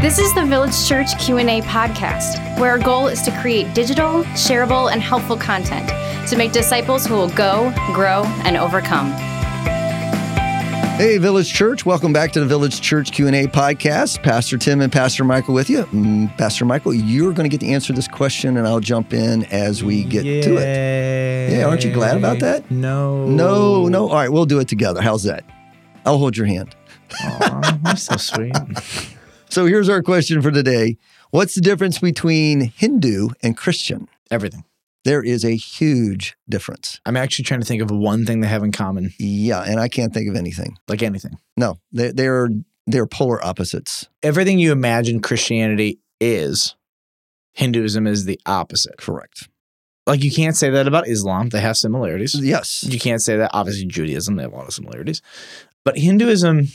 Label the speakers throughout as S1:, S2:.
S1: This is the Village Church Q&A podcast, where our goal is to create digital, shareable, and helpful content to make disciples who will go, grow, and overcome.
S2: Hey, Village Church! Welcome back to the Village Church Q and A podcast. Pastor Tim and Pastor Michael with you. Mm, Pastor Michael, you're going to get to answer this question, and I'll jump in as we get to it.
S3: Yay.
S2: Yeah, aren't you glad about that?
S3: No.
S2: No, no. All right, we'll do it together. How's that? I'll hold your hand.
S3: Aw, you're so sweet.
S2: So here's our question for today: What's the difference between Hindu and Christian?
S3: Everything.
S2: There is a huge difference.
S3: I'm actually trying to think of one thing they have in common,
S2: Yeah, and I can't think of anything.
S3: like anything.
S2: No, they, they're they're polar opposites.
S3: Everything you imagine Christianity is, Hinduism is the opposite.
S2: Correct.
S3: Like you can't say that about Islam. They have similarities.
S2: Yes.
S3: You can't say that. Obviously, Judaism, they have a lot of similarities. But Hinduism,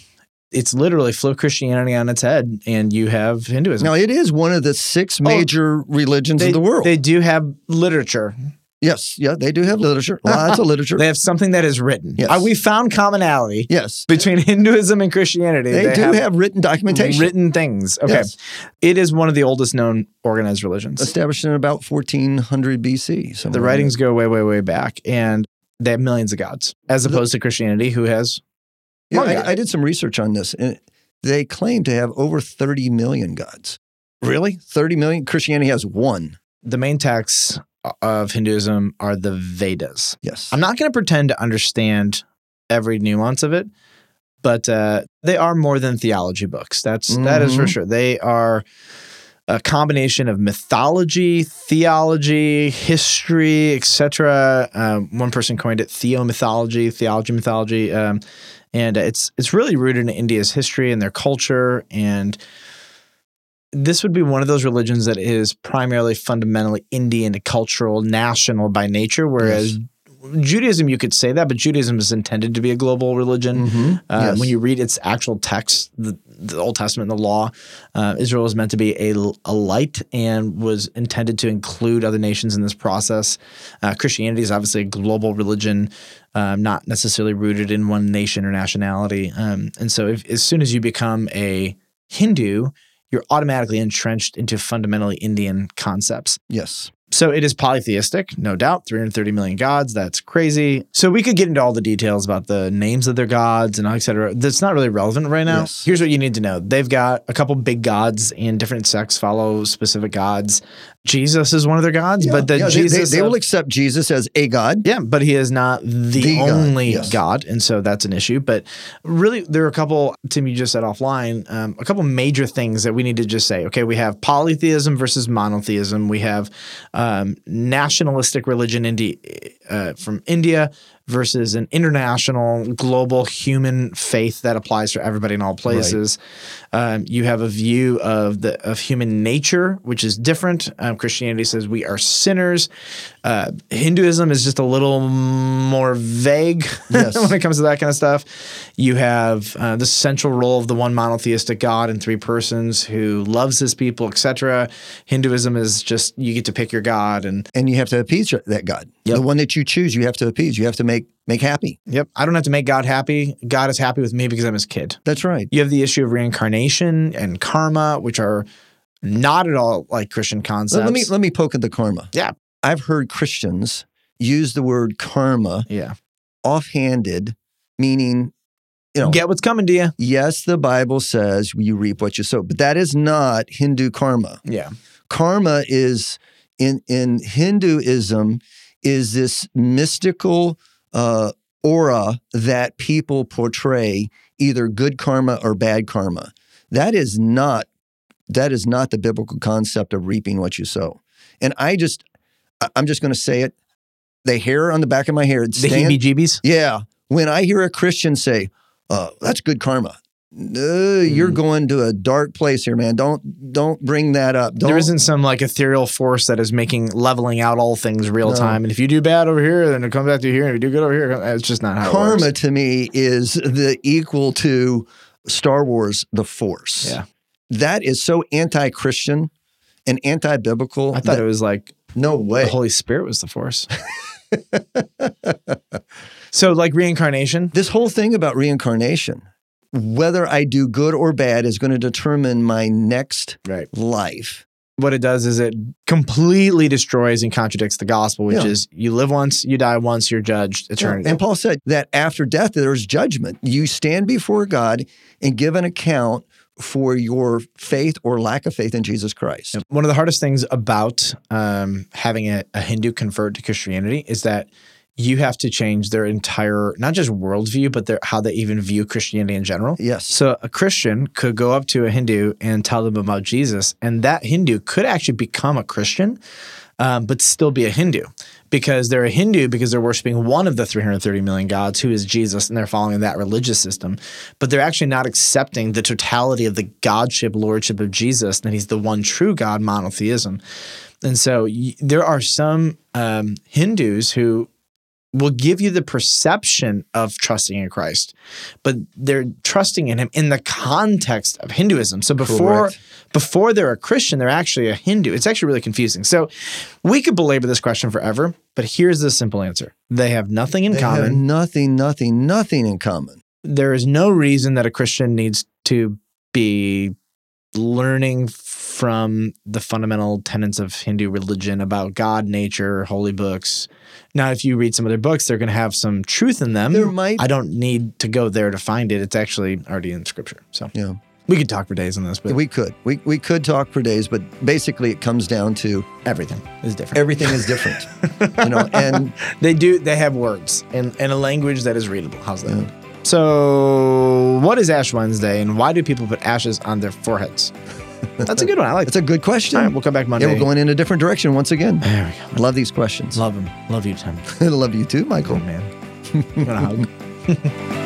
S3: it's literally flip Christianity on its head, and you have Hinduism.
S2: Now it is one of the six major religions
S3: Oh, they,
S2: of the world.
S3: They do have literature.
S2: Yes, yeah, they do have literature. Lots of literature.
S3: They have something that is written.
S2: Yes.
S3: Uh, we found commonality
S2: yes,
S3: between Hinduism and Christianity.
S2: they, do have, written documentation
S3: written things. Okay.
S2: Yes.
S3: It is one of the oldest known organized religions.
S2: established in about 1400 BC. somewhere
S3: The
S2: in
S3: writings go way, way, way back, and they have millions of gods, as opposed to Christianity, who has.
S2: there.
S3: One
S2: Yeah,
S3: god.
S2: I, I did some research on this, and they claim to have over 30 million gods. Really, 30 million? Christianity has one.
S3: The main texts of Hinduism are the Vedas.
S2: Yes,
S3: I'm not going to pretend to understand every nuance of it, but uh, they are more than theology books. That's that is for
S2: Mhm.
S3: sure. They are a combination of mythology, theology, history, etc. Um, one person coined it theomythology, theology mythology, um, and it's it's really rooted in India's history and their culture and. This would be one of those religions that is primarily fundamentally Indian, cultural, national by nature, whereas Judaism, you could say that, but Judaism is intended to be a global religion.
S2: Mhm.
S3: Uh,
S2: Yes.
S3: When you read its actual text, the, the Old Testament, and the law, uh, Israel is meant to be a, a light and was intended to include other nations in this process. Uh, Christianity is obviously a global religion, um, not necessarily rooted in one nation or nationality. Um, and so, if, as soon as you become a Hindu, you're automatically entrenched into fundamentally Indian concepts.
S2: yes,
S3: So it is polytheistic, no doubt. 330 million gods. That's crazy. So we could get into all the details about the names of their gods and et cetera. That's not really relevant right now.
S2: Yes.
S3: Here's what you need to know they've got a couple big gods, and different sects follow specific gods. Jesus is one of their gods,
S2: Yeah,
S3: but the
S2: yeah, they- they,
S3: Jesus.
S2: they,
S3: of-
S2: will accept Jesus as a god.
S3: yeah, but he is not the,
S2: The God,
S3: only
S2: yes.
S3: God, and so that's an issue. But really, there are a couple. Tim, you just said offline um, a couple major things that we need to just say. Okay, we have polytheism versus monotheism. We have um, nationalistic religion Indi- uh, from India versus an international, global human faith that applies to everybody in all places. Um, you have a view of the of human nature, which is different. Um, Christianity says we are sinners. Uh, Hinduism is just a little more vague
S2: Yes.
S3: when it comes to that kind of stuff. You have uh, the central role of the one monotheistic God in three persons who loves his people, etc. Hinduism is just you get to pick your god, and
S2: And you have to appease that god.
S3: Yep.
S2: The one that you choose, you have to appease. You have to make make happy.
S3: yep, I don't have to make God happy. God is happy with me because I'm his kid.
S2: That's right.
S3: You have the issue of reincarnation and karma, which are not at all like Christian
S2: So
S3: concepts.
S2: let me let me poke at the karma.
S3: Yeah.
S2: I've heard Christians use the word karma
S3: yeah,
S2: offhanded, meaning, you know,
S3: get what's coming to you.
S2: yes, the Bible says you reap what you sow, but that is not Hindu karma.
S3: Yeah,
S2: Karma is in in Hinduism is this mystical uh, aura that people portray either good karma or bad karma. That is not that is not the biblical concept of reaping what you sow. And I just I- I'm just going to say it. The hair on the back of my head
S3: the
S2: stands
S3: heebie-jeebies.
S2: yeah. When I hear a Christian say, uh, that's good karma. No,
S3: Mm.
S2: you're going to a dark place here, man. Don't don't bring that up. Don't,
S3: There isn't some like ethereal force that is making leveling out all things real
S2: No.
S3: time. And if you do bad over here, then it comes back to here. And if you do good over here, it's just not how it
S2: karma
S3: works.
S2: to me is the equal to Star Wars the Force.
S3: Yeah.
S2: That is so anti-Christian and anti-biblical.
S3: I thought
S2: that-
S3: it was like
S2: no way.
S3: the Holy Spirit was the force. so like reincarnation.
S2: this whole thing about reincarnation whether I do good or bad is going to determine my next
S3: Right.
S2: life.
S3: What it does is it completely destroys and contradicts the gospel, which
S2: Yeah.
S3: is you live once, you die once, you're judged eternity.
S2: And Paul said that after death, there's judgment. You stand before God and give an account for your faith or lack of faith in Jesus Christ.
S3: One of the hardest things about um, having a, a Hindu convert to Christianity is that you have to change their entire, not just worldview, but their, how they even view Christianity in general.
S2: Yes.
S3: So a Christian could go up to a Hindu and tell them about Jesus, and that Hindu could actually become a Christian, um, but still be a Hindu because they're a Hindu because they're worshiping one of the 330 million gods, who is Jesus, and they're following that religious system. But they're actually not accepting the totality of the godship, lordship of Jesus, that he's the one true God, monotheism. And so y- there are some um, Hindus who will give you the perception of trusting in Christ, but they're trusting in him in the context of Hinduism. So before
S2: Correct.
S3: before they're a Christian, they're actually a Hindu. It's actually really confusing. So we could belabor this question forever, but here's the simple answer. They have nothing in
S2: They have
S3: common.
S2: nothing, nothing, nothing in common.
S3: there is no reason that a Christian needs to be learning from the fundamental tenets of Hindu religion about God, nature, holy books. Now, if you read some of their books, they're going to have some truth in them.
S2: There might
S3: I don't need to go there to find it. It's actually already in scripture. So
S2: Yeah.
S3: we could talk for days on this, but
S2: we could. We, we could talk for days, but basically it comes down to
S3: everything is different.
S2: everything is different. you know, and
S3: They do. They have words and, and a language that is readable. How's that?
S2: Mm.
S3: So, what is Ash Wednesday, and why do people put ashes on their foreheads? That's a good one. I like.
S2: it's a good question.
S3: All right, we'll come back Monday.
S2: Yeah, we're going in a different direction once again.
S3: There we
S2: Love these questions.
S3: go. Love him. Love you, Tim.
S2: Love you too, Michael.
S3: man. You want a hug?